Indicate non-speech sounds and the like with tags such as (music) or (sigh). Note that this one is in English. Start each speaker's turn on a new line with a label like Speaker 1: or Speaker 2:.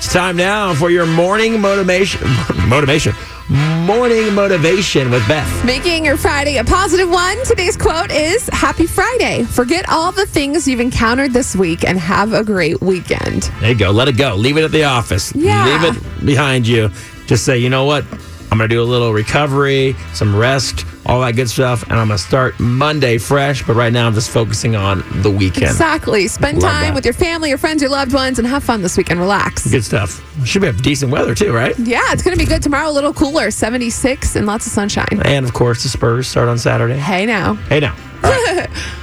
Speaker 1: It's time now for your morning motivation. (laughs) Motivation. Morning motivation with Beth.
Speaker 2: Making your Friday a positive one. Today's quote is Happy Friday. Forget all the things you've encountered this week and have a great weekend.
Speaker 1: There you go. Let it go. Leave it at the office.
Speaker 2: Yeah.
Speaker 1: Leave it behind you. Just say, you know what? I'm going to do a little recovery, some rest, all that good stuff, and I'm going to start Monday fresh. But right now, I'm just focusing on the weekend.
Speaker 2: Exactly. Spend
Speaker 1: Love
Speaker 2: time
Speaker 1: that.
Speaker 2: with your family, your friends, your loved ones, and have fun this weekend. Relax.
Speaker 1: Good stuff. Should have decent weather too, right?
Speaker 2: Yeah, it's going to be good tomorrow. A little cooler, 76 and lots of sunshine.
Speaker 1: And of course, the Spurs start on Saturday.
Speaker 2: Hey now.
Speaker 1: Hey now.